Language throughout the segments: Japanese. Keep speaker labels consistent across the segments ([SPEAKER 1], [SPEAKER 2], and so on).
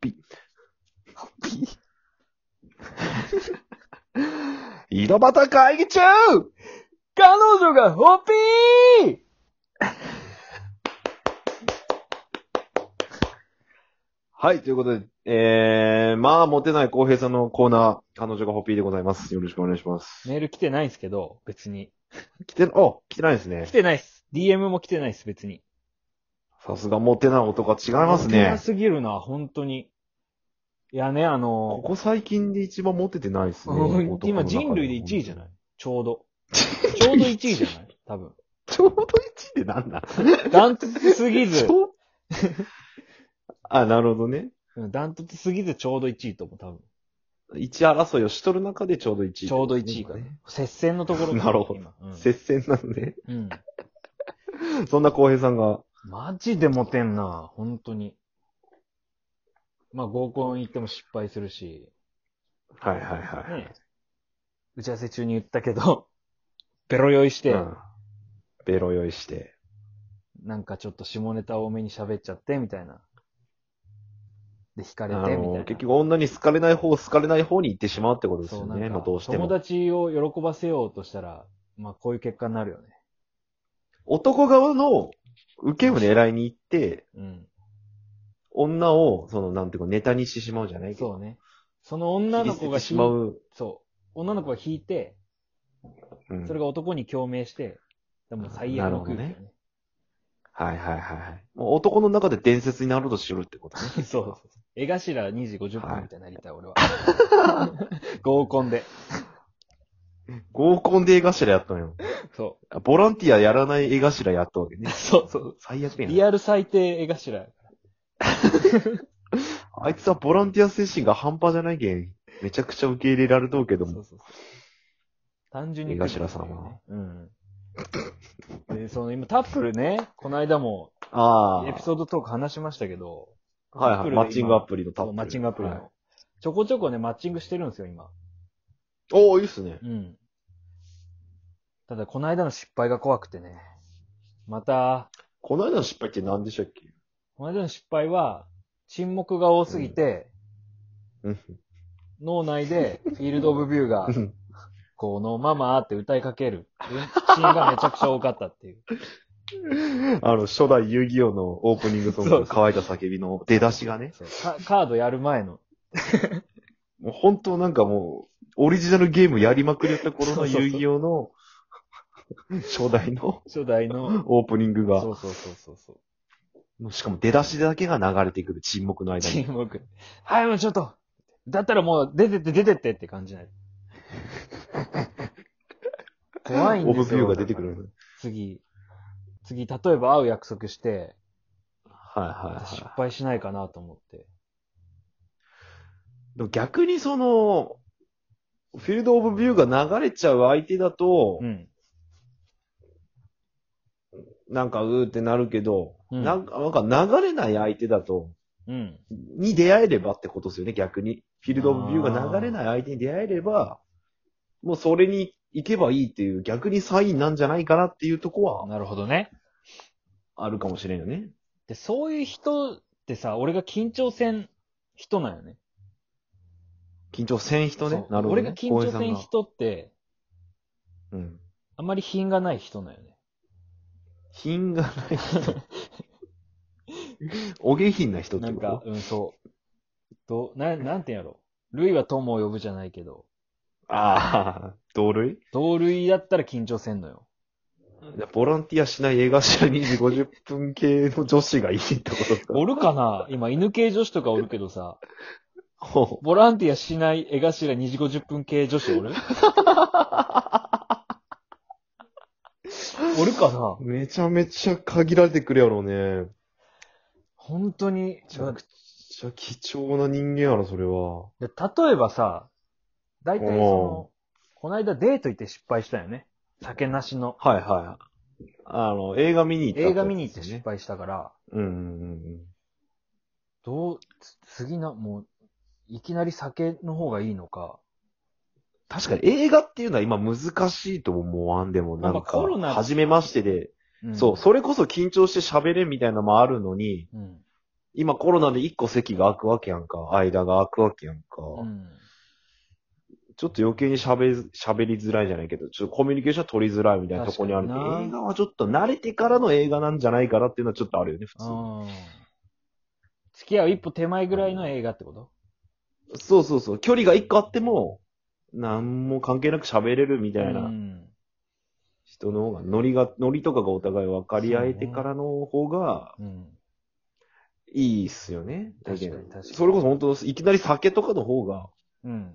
[SPEAKER 1] ピー。
[SPEAKER 2] ハッピー。
[SPEAKER 1] 井戸端会議中
[SPEAKER 2] 彼女がホッピー
[SPEAKER 1] はい、ということで、えー、まあ、モテない公平さんのコーナー、彼女がホッピーでございます。よろしくお願いします。
[SPEAKER 2] メール来てないんですけど、別に。
[SPEAKER 1] 来て、お、来てないですね
[SPEAKER 2] 来。てないっす。DM も来てないっす、別に。
[SPEAKER 1] さすがモテない男は違います
[SPEAKER 2] モテな
[SPEAKER 1] ね。
[SPEAKER 2] すぎるな、本当に。いやね、あ
[SPEAKER 1] こ
[SPEAKER 2] の
[SPEAKER 1] こ最近で一番モテてないですね。
[SPEAKER 2] うん
[SPEAKER 1] 男の中
[SPEAKER 2] 今人類で1位じゃない
[SPEAKER 1] い
[SPEAKER 2] ちょうど。ちょうど1位じゃない 多分。
[SPEAKER 1] ちょうど1位ってなんだ
[SPEAKER 2] ダントツすぎず
[SPEAKER 1] ち、ょあ、なるほどね。
[SPEAKER 2] うんダントツすぎずちょうど1位とも多分。
[SPEAKER 1] 一争いをしとる中でちょうど1位、
[SPEAKER 2] ちょうど1位かね。接戦のところ。
[SPEAKER 1] なるほど
[SPEAKER 2] 今うん
[SPEAKER 1] 接戦なんで。
[SPEAKER 2] うん。
[SPEAKER 1] そんな浩平さんが、
[SPEAKER 2] マジでモテんな、本当に。まあ合コン行っても失敗するし、
[SPEAKER 1] はいはいはい。
[SPEAKER 2] ね打ち合わせ中に言ったけど、 ベロ酔いして、
[SPEAKER 1] うん。ベロ酔いして。
[SPEAKER 2] なんかちょっと下ネタ多めに喋っちゃって、みたいな。で、惹か
[SPEAKER 1] あ
[SPEAKER 2] れて、みたい
[SPEAKER 1] の
[SPEAKER 2] な。
[SPEAKER 1] 結局女に好かれない方、好かれない方に行ってしまうってことです
[SPEAKER 2] そ
[SPEAKER 1] よ
[SPEAKER 2] うな
[SPEAKER 1] ね。
[SPEAKER 2] ん
[SPEAKER 1] ま
[SPEAKER 2] か
[SPEAKER 1] あどうして
[SPEAKER 2] 友
[SPEAKER 1] も。
[SPEAKER 2] 達を喜ばせようとしたら、まあこういう結果になるよね。
[SPEAKER 1] 男側の受けを狙いに行って、
[SPEAKER 2] うん。
[SPEAKER 1] 女を、その、なんていうか、ネタにしてしまうじゃない
[SPEAKER 2] そう
[SPEAKER 1] う。
[SPEAKER 2] ね。その女
[SPEAKER 1] 切り
[SPEAKER 2] の
[SPEAKER 1] 捨て
[SPEAKER 2] 子
[SPEAKER 1] て
[SPEAKER 2] が
[SPEAKER 1] しま。
[SPEAKER 2] 引いうそう。女の子が引いて、
[SPEAKER 1] うん
[SPEAKER 2] それが男に共鳴して、でも最悪の空気よ
[SPEAKER 1] なるはいはいはいはい。もう男の中で伝説になろうとしよるってことね。
[SPEAKER 2] ね。 そうそうそう。絵頭2時50
[SPEAKER 1] はい
[SPEAKER 2] 分みたいになりたい、俺は。 合コンで。
[SPEAKER 1] 合コンで絵頭やったのよ。
[SPEAKER 2] そ
[SPEAKER 1] あボランティアやらない絵頭やったわけ
[SPEAKER 2] う。
[SPEAKER 1] ね。
[SPEAKER 2] そうそう。
[SPEAKER 1] 最悪や
[SPEAKER 2] リ
[SPEAKER 1] な。
[SPEAKER 2] アル最低絵頭。
[SPEAKER 1] あいつはボランティア精神が半端じゃないけん。めちゃくちゃ受け入れられとうけど
[SPEAKER 2] そ
[SPEAKER 1] も
[SPEAKER 2] う。そうそう。単純に。
[SPEAKER 1] 江頭さんは。
[SPEAKER 2] うん。で、その今タップルね、この間も
[SPEAKER 1] ああ。
[SPEAKER 2] エピソードトーク話しましたけど、
[SPEAKER 1] はいはい。マッチングアプ
[SPEAKER 2] リ
[SPEAKER 1] リのタップル。
[SPEAKER 2] マッチングアプリの、
[SPEAKER 1] はい
[SPEAKER 2] ちょこちょこね、マッチングしてるんですよ、今。
[SPEAKER 1] おおいいっすね。
[SPEAKER 2] うん。ただ、この間の失敗が怖くてね。また、
[SPEAKER 1] この間の失敗って何でしたっけ
[SPEAKER 2] この間の失敗は、沈黙が多すぎて、
[SPEAKER 1] うん
[SPEAKER 2] 脳内でフィールドオブビューが、このままって歌いかける、シーンがめちゃくちゃ多かったっていう。
[SPEAKER 1] あの、初代遊戯王のオープニングソング
[SPEAKER 2] そ
[SPEAKER 1] の
[SPEAKER 2] うそう
[SPEAKER 1] 乾いた叫びの出だしがね。
[SPEAKER 2] そうかカードやる前の。
[SPEAKER 1] もう本当なんかもう、オリジナルゲームやりまくりやった頃の
[SPEAKER 2] そうそうそう
[SPEAKER 1] 遊戯王の、初代の
[SPEAKER 2] 初代の。
[SPEAKER 1] オープニングが
[SPEAKER 2] そ、うそうそうそうそう。
[SPEAKER 1] もうしかも出だしだけが流れてくる沈黙の間に。
[SPEAKER 2] 沈黙。はい、もうちょっと。だったらもう出てって出てってって感じない。怖いん
[SPEAKER 1] オ
[SPEAKER 2] です
[SPEAKER 1] ブ
[SPEAKER 2] よ。
[SPEAKER 1] ビューが出てくる。
[SPEAKER 2] 次。次、例えば会う約束して、
[SPEAKER 1] はいはい
[SPEAKER 2] 失
[SPEAKER 1] は
[SPEAKER 2] 敗しないかなと思って。
[SPEAKER 1] い。でも逆にその、フィールドオブビューが流れちゃう相手だと、
[SPEAKER 2] うん。
[SPEAKER 1] なんかうーってなるけど、
[SPEAKER 2] うん
[SPEAKER 1] なんかなんか流れない相手だと、
[SPEAKER 2] うん。
[SPEAKER 1] に出会えればってことですよね、逆に。フィールドオブビューが流れない相手に出会えれば、もうそれに行けばいいっていう逆にサインなんじゃないかなっていうとこは
[SPEAKER 2] なるほどね。
[SPEAKER 1] あるかもしれんよね。
[SPEAKER 2] で、そういう人ってさ、俺が緊張せん人なんよね。
[SPEAKER 1] 緊張せん人ね
[SPEAKER 2] そ。う
[SPEAKER 1] なるほど、
[SPEAKER 2] 俺
[SPEAKER 1] ね。
[SPEAKER 2] が緊張
[SPEAKER 1] 浩
[SPEAKER 2] せん
[SPEAKER 1] 平さ
[SPEAKER 2] 人って、
[SPEAKER 1] が。うん。
[SPEAKER 2] あんまり品がない人なんよね。
[SPEAKER 1] 品がない 人。お下品な人って
[SPEAKER 2] なん
[SPEAKER 1] こと
[SPEAKER 2] か、うん、そう。どう、な、なんて言うんやろ。類は友を呼ぶじゃないけど、
[SPEAKER 1] ああ、同類
[SPEAKER 2] 同類だったら緊張せんのよ。
[SPEAKER 1] ボランティアしない映画社2時50分系の女子がいいってことですか
[SPEAKER 2] おるかな今、犬系女子とかおるけどさ、
[SPEAKER 1] ほ
[SPEAKER 2] ボランティアしない絵頭2時50分系女 子おるおるかな
[SPEAKER 1] うめちゃめちゃ限られてくるやろうね。
[SPEAKER 2] 本当に。
[SPEAKER 1] めちゃくちゃ貴重な人間やろ、それは。
[SPEAKER 2] で例えばさ、大体そ
[SPEAKER 1] お
[SPEAKER 2] の、この間デート行って失敗したよね。酒なしの。
[SPEAKER 1] はいはい。あの、映画見に行ったってやつ
[SPEAKER 2] 映画見に行って
[SPEAKER 1] です
[SPEAKER 2] 失
[SPEAKER 1] ね。
[SPEAKER 2] 敗したから、
[SPEAKER 1] うんうんうん
[SPEAKER 2] どう、つ次な、もう、いきなり酒の方がいいのか。
[SPEAKER 1] 確かに映画っていうのは今難しいとも思わんでも、なん
[SPEAKER 2] まあコロ
[SPEAKER 1] か、
[SPEAKER 2] ナ
[SPEAKER 1] 初めましてで、
[SPEAKER 2] うん
[SPEAKER 1] そう、それこそ緊張して喋れんみたいなのもあるのに、
[SPEAKER 2] うん。
[SPEAKER 1] 今コロナで一個席が空くわけやんか。間が空くわけやんか。
[SPEAKER 2] うん。
[SPEAKER 1] ちょっと余計に喋り、喋りづらいじゃないけど、ちょっとコミュニケーション取りづらいみたいなとこにあるんで
[SPEAKER 2] 確かにな
[SPEAKER 1] 映画はちょっと慣れてからの映画なんじゃないかなっていうのはちょっとあるよね、普通。
[SPEAKER 2] あー付き合う一歩手前ぐらいの映画ってこと
[SPEAKER 1] そうそうそう。距離が一個あっても、何も関係なく喋れるみたいうなん人の方が、ノリが、ノリとかがお互い分かり合えてからの方が
[SPEAKER 2] うん。
[SPEAKER 1] いいっすよね。
[SPEAKER 2] 確かに確かに
[SPEAKER 1] それこそ本当、いきなり酒とかの方が、
[SPEAKER 2] うん。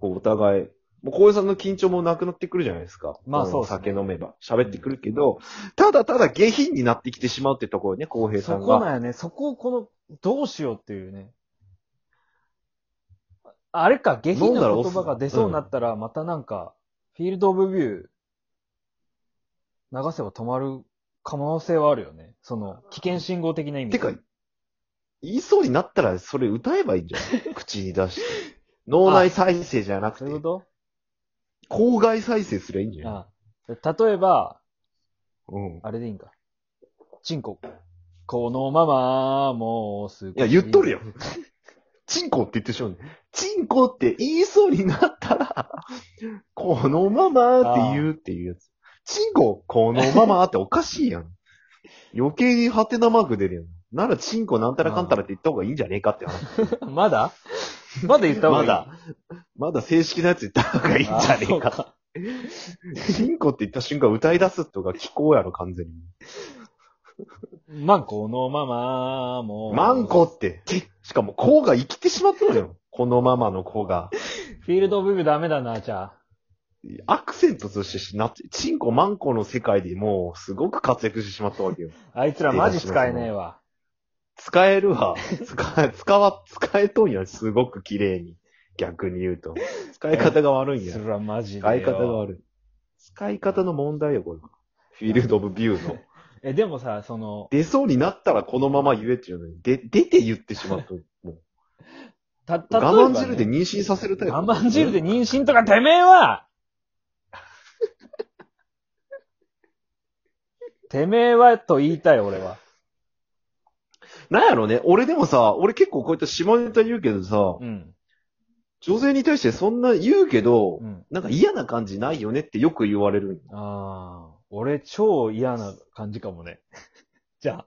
[SPEAKER 1] こうお互い、もう浩平さんの緊張もなくなってくるじゃないですか。
[SPEAKER 2] まあそうっすね
[SPEAKER 1] 酒飲めば。喋ってくるけど、ただただ下品になってきてしまうってところね、浩平さ
[SPEAKER 2] そ
[SPEAKER 1] ん
[SPEAKER 2] こ
[SPEAKER 1] が。
[SPEAKER 2] なんやね。そこをこの、どうしようっていうね。ああれか、下品な言葉が出そうになったら、またなんか、フィールドオブビュー、流せば止まる可能性はあるよね。その、危険信号的な意味
[SPEAKER 1] て
[SPEAKER 2] で。
[SPEAKER 1] か、言いそうになったらそれ歌えばいいんじゃない口に 出して。脳内再生じゃなく
[SPEAKER 2] そういうこ
[SPEAKER 1] て、
[SPEAKER 2] と
[SPEAKER 1] 口外再生すりゃいいんじゃない
[SPEAKER 2] あ例えば、
[SPEAKER 1] うん。い
[SPEAKER 2] あれでいいんか。チンコ。このまま、もうすぐ。
[SPEAKER 1] や、言っとるよ。。チンコって言ってしまうね。チンコって言いそうになった ら、このままって言うっていうやつ。チンコ、このままっておかしい やん。余計にハテナマーク出るやん。ならチンコなんたらかんたらって言った方がいいんじゃねえかって話。
[SPEAKER 2] まだまだ言った方がい
[SPEAKER 1] ま
[SPEAKER 2] い。
[SPEAKER 1] だまだ正式なやつ言った方がいいんじ
[SPEAKER 2] あ
[SPEAKER 1] ゃね
[SPEAKER 2] そ
[SPEAKER 1] え
[SPEAKER 2] う
[SPEAKER 1] か。
[SPEAKER 2] か。
[SPEAKER 1] チンコって言った瞬間歌い出すとか聞こうやろ、完全に。
[SPEAKER 2] マンコのまま、もう。
[SPEAKER 1] マンコって。しかも、子が生きてしまったのよ。このままの子が。
[SPEAKER 2] フィールドオブビューダメだな、じゃあ。
[SPEAKER 1] アクセントとしてしなって、チンコマンコの世界でもう、すごく活躍してしまったわけよ。
[SPEAKER 2] あいつらマジ使えねえわ。
[SPEAKER 1] 使えるわ。使え、使わ、使えとんや、すごく綺麗に。逆に言うと。使い方が悪いんや
[SPEAKER 2] そ。れはマジで。
[SPEAKER 1] 使い方が。悪い。使い方の問題よ、これは。フィールドオブビュ ーの。
[SPEAKER 2] え、でもさ、その、
[SPEAKER 1] 出そうになったらこのまま言えっていうのに、で、出て言ってしまうと、もう。
[SPEAKER 2] た、例えば、ね。
[SPEAKER 1] 我慢汁で妊娠させるタイプ。
[SPEAKER 2] 我慢汁で妊娠とかてめえ はてめえはと言いたい、俺は。
[SPEAKER 1] なんやろね、俺でもさ、俺結構こういった下ネタ言うけどさ、
[SPEAKER 2] うん。
[SPEAKER 1] 女性に対してそんな言うけど、
[SPEAKER 2] うん。
[SPEAKER 1] なんか嫌な感じないよねってよく言われるんよ。
[SPEAKER 2] ああ、俺超嫌な感じかもね。 じゃあ。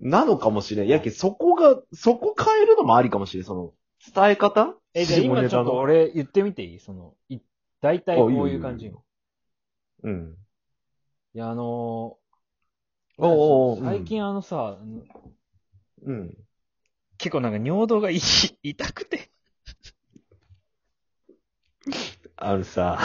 [SPEAKER 1] なのかもしれん。やけ、そこが、そこ変えるのもありかもしれん。その、伝え方
[SPEAKER 2] え、じゃあ
[SPEAKER 1] 下
[SPEAKER 2] 今
[SPEAKER 1] ネ
[SPEAKER 2] ちょ
[SPEAKER 1] タ
[SPEAKER 2] っと
[SPEAKER 1] の
[SPEAKER 2] 俺言ってみていいその、い、大体こういう感じ。
[SPEAKER 1] あいいよいい
[SPEAKER 2] い
[SPEAKER 1] ようん。
[SPEAKER 2] や、あのー
[SPEAKER 1] おうおうおう
[SPEAKER 2] 最近あのさ、
[SPEAKER 1] うん。
[SPEAKER 2] 結構なんか尿道がい 痛くて。
[SPEAKER 1] あの さ、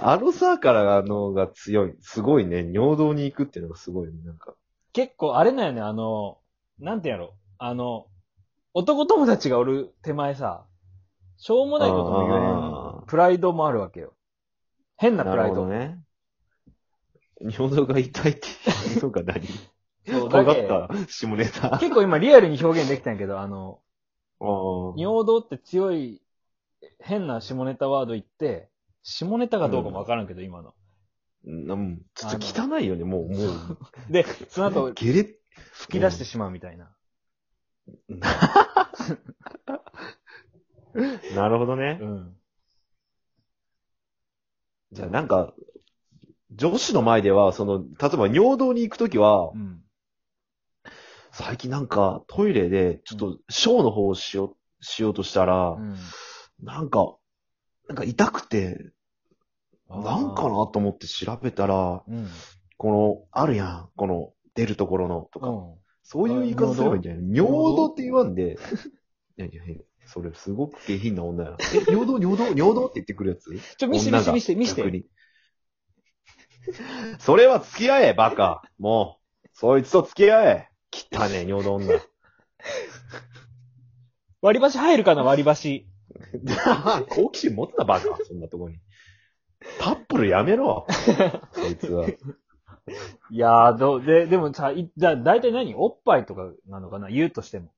[SPEAKER 1] あのさからあのが強い。すごいね。尿道に行くっていうのがすごいね。なんか。
[SPEAKER 2] 結構あれなんよね、あのー、なんてやろ。あの、男友達がおる手前さ、しょうもないことも言え
[SPEAKER 1] あ
[SPEAKER 2] ん、プライドもあるわけよ。変なプ
[SPEAKER 1] な
[SPEAKER 2] ラ
[SPEAKER 1] る
[SPEAKER 2] イ
[SPEAKER 1] ほ
[SPEAKER 2] ド。
[SPEAKER 1] どね。尿道が痛いっていうのが何
[SPEAKER 2] そうだ
[SPEAKER 1] 尖
[SPEAKER 2] け
[SPEAKER 1] った下ネタ。
[SPEAKER 2] 結構今リアルに表現できたんやけど、あの、
[SPEAKER 1] 尿
[SPEAKER 2] 尿道って強い、変な下ネタワード言って、下ネタがどうかもわからんけど、今の。
[SPEAKER 1] うん、ちょっと汚いよね、もう、もう。
[SPEAKER 2] で、その後、
[SPEAKER 1] ゲレ、
[SPEAKER 2] 吹き出してしまうみたいな。
[SPEAKER 1] なるほどね
[SPEAKER 2] う。ん。
[SPEAKER 1] じゃあなんか、女子の前では、その、例えば尿道に行くときは
[SPEAKER 2] う、ん。
[SPEAKER 1] 最近なんかトイレで、ちょっと、ショーの方をしよう、しようとしたら
[SPEAKER 2] う、ん。
[SPEAKER 1] なんか、なんか痛くて、なんかなと思って調べたら、
[SPEAKER 2] うん。
[SPEAKER 1] この、あるやん、この、出るところの、とか、
[SPEAKER 2] うん。
[SPEAKER 1] そういう言い方すればいいんじゃない尿道って言わんで。いやいや、それすごく下品な女やな。え、尿道、尿道、尿道って言ってくるやつ
[SPEAKER 2] ちょ、見して見して見して
[SPEAKER 1] 女が
[SPEAKER 2] 見し。て。
[SPEAKER 1] 逆にそれは付き合え、バカ。もう、そいつと付き合え。汚ねえ、尿道女。
[SPEAKER 2] 割り箸入るかな、割り箸。
[SPEAKER 1] 好奇心持つな、バカ。そんなとこに。タップルやめろ。そいつは。
[SPEAKER 2] いやー、どう、で、でもさ、いじゃあ、だいたい何おっぱいとかなのかな言うとしても。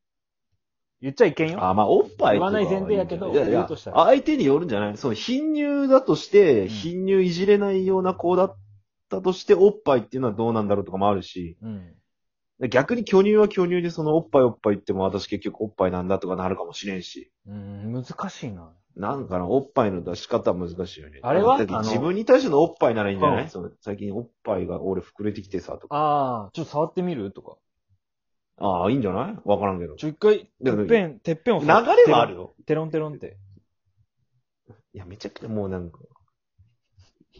[SPEAKER 2] 言っちゃいけんよ。
[SPEAKER 1] あ、まあ、おっぱいとかは
[SPEAKER 2] 言わない前提やけど
[SPEAKER 1] いいんじゃないいや
[SPEAKER 2] 言う
[SPEAKER 1] い
[SPEAKER 2] とした
[SPEAKER 1] や、
[SPEAKER 2] ら
[SPEAKER 1] 相手によるんじゃないその、貧乳だとして、
[SPEAKER 2] うん
[SPEAKER 1] 貧乳いじれないような子だったとしておっぱいっていうのはどうなんだろうとかもあるし、
[SPEAKER 2] うん。
[SPEAKER 1] 逆に巨乳は巨乳でそのおっぱいおっぱい言っても私結局おっぱいなんだとかなるかもしれんし、
[SPEAKER 2] うん、難しいな。
[SPEAKER 1] なんかな、おっぱいの出し方は難しいよね。
[SPEAKER 2] あれは
[SPEAKER 1] だって
[SPEAKER 2] あの
[SPEAKER 1] 自分に対してのおっぱいならいいんじゃない、
[SPEAKER 2] うん
[SPEAKER 1] その最近おっぱいが俺膨れてきてさ、とか。
[SPEAKER 2] ああ、ちょっと触ってみるとか。
[SPEAKER 1] ああ、いいんじゃないわからんけど。
[SPEAKER 2] ちょ、一回、て
[SPEAKER 1] でも
[SPEAKER 2] っぺん、てっぺんを
[SPEAKER 1] 流れはあるよ。
[SPEAKER 2] テロンテロンって。
[SPEAKER 1] いや、めちゃくちゃもうなんか、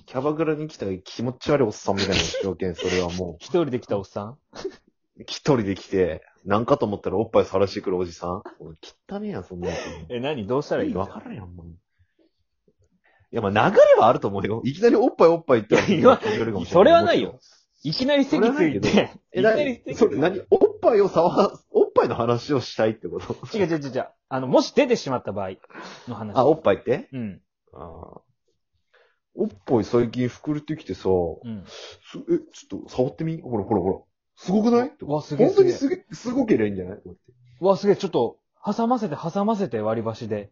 [SPEAKER 1] キャバクラに来た気持ち悪いおっさんみたいな条件、それはも
[SPEAKER 2] 一人で来たおっさん
[SPEAKER 1] う、一人で来て、なんかと思ったらおっぱい晒してくるおじさん。汚ねえやん、そんなやつ。
[SPEAKER 2] え、何どうしたらいいの
[SPEAKER 1] わからんやん、もう。いや、まあ流れはあると思うよ。いきなりおっぱいおっぱいって
[SPEAKER 2] いや
[SPEAKER 1] 言われるかもしれ
[SPEAKER 2] それはないよ。。いきなり席つい
[SPEAKER 1] それ
[SPEAKER 2] て、い
[SPEAKER 1] え、
[SPEAKER 2] き
[SPEAKER 1] な
[SPEAKER 2] なり
[SPEAKER 1] に
[SPEAKER 2] 席、つ
[SPEAKER 1] そ
[SPEAKER 2] い
[SPEAKER 1] れ
[SPEAKER 2] て。
[SPEAKER 1] 何おっぱいを触す、おっぱいの話をしたいってこと
[SPEAKER 2] 違う違う違う違う。あの、もし出てしまった場合の話。
[SPEAKER 1] あ、おっぱいって
[SPEAKER 2] うん。
[SPEAKER 1] あーおっぱい最近膨れてきてさ、
[SPEAKER 2] うん。
[SPEAKER 1] すえ、ちょっと触ってみほらほらほら。すごくない
[SPEAKER 2] わわすげえ
[SPEAKER 1] 本当にすげ、すごければいいんじゃないこうやって
[SPEAKER 2] うわ、すげえ、ちょっと、挟ませて、挟ませて、割り箸で。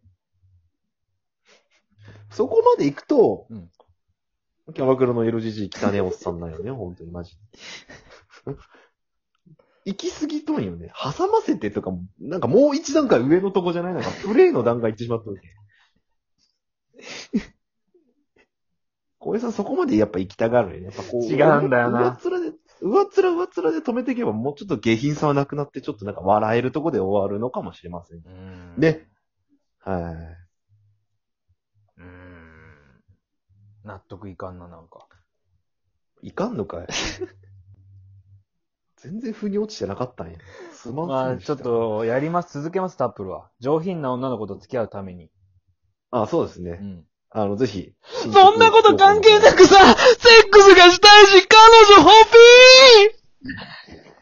[SPEAKER 1] そこまで行くと、
[SPEAKER 2] うん
[SPEAKER 1] キャバクラの LGG 汚ねえおっさんなんよね、 本当にマジで。行き過ぎとんよね。挟ませてとかも、なんかもう一段階上のとこじゃないなん かプレイの段階行ってしまったわけ。小江さんそこまでやっぱ行きたがるね。やっぱこう。
[SPEAKER 2] 違うんだよな
[SPEAKER 1] 上っ面で、上っ面上っ面で止めていけばもうちょっと下品さはなくなって、ちょっとなんか笑えるとこで終わるのかもしれません。
[SPEAKER 2] うん
[SPEAKER 1] ね。はい。
[SPEAKER 2] うん。納得いかんな、なんか。
[SPEAKER 1] いかんの かい全然腑に落ちてなかったんや。すまん
[SPEAKER 2] まあ、
[SPEAKER 1] す
[SPEAKER 2] ちょっ。と、やります、続けます、タップルは。上品な女の子と付き合うために。
[SPEAKER 1] あ、そうです
[SPEAKER 2] う
[SPEAKER 1] ね。
[SPEAKER 2] ん。
[SPEAKER 1] あの、ぜひ。
[SPEAKER 2] そんなこと関係なくさ、セックスがしたいし、彼女ホッピー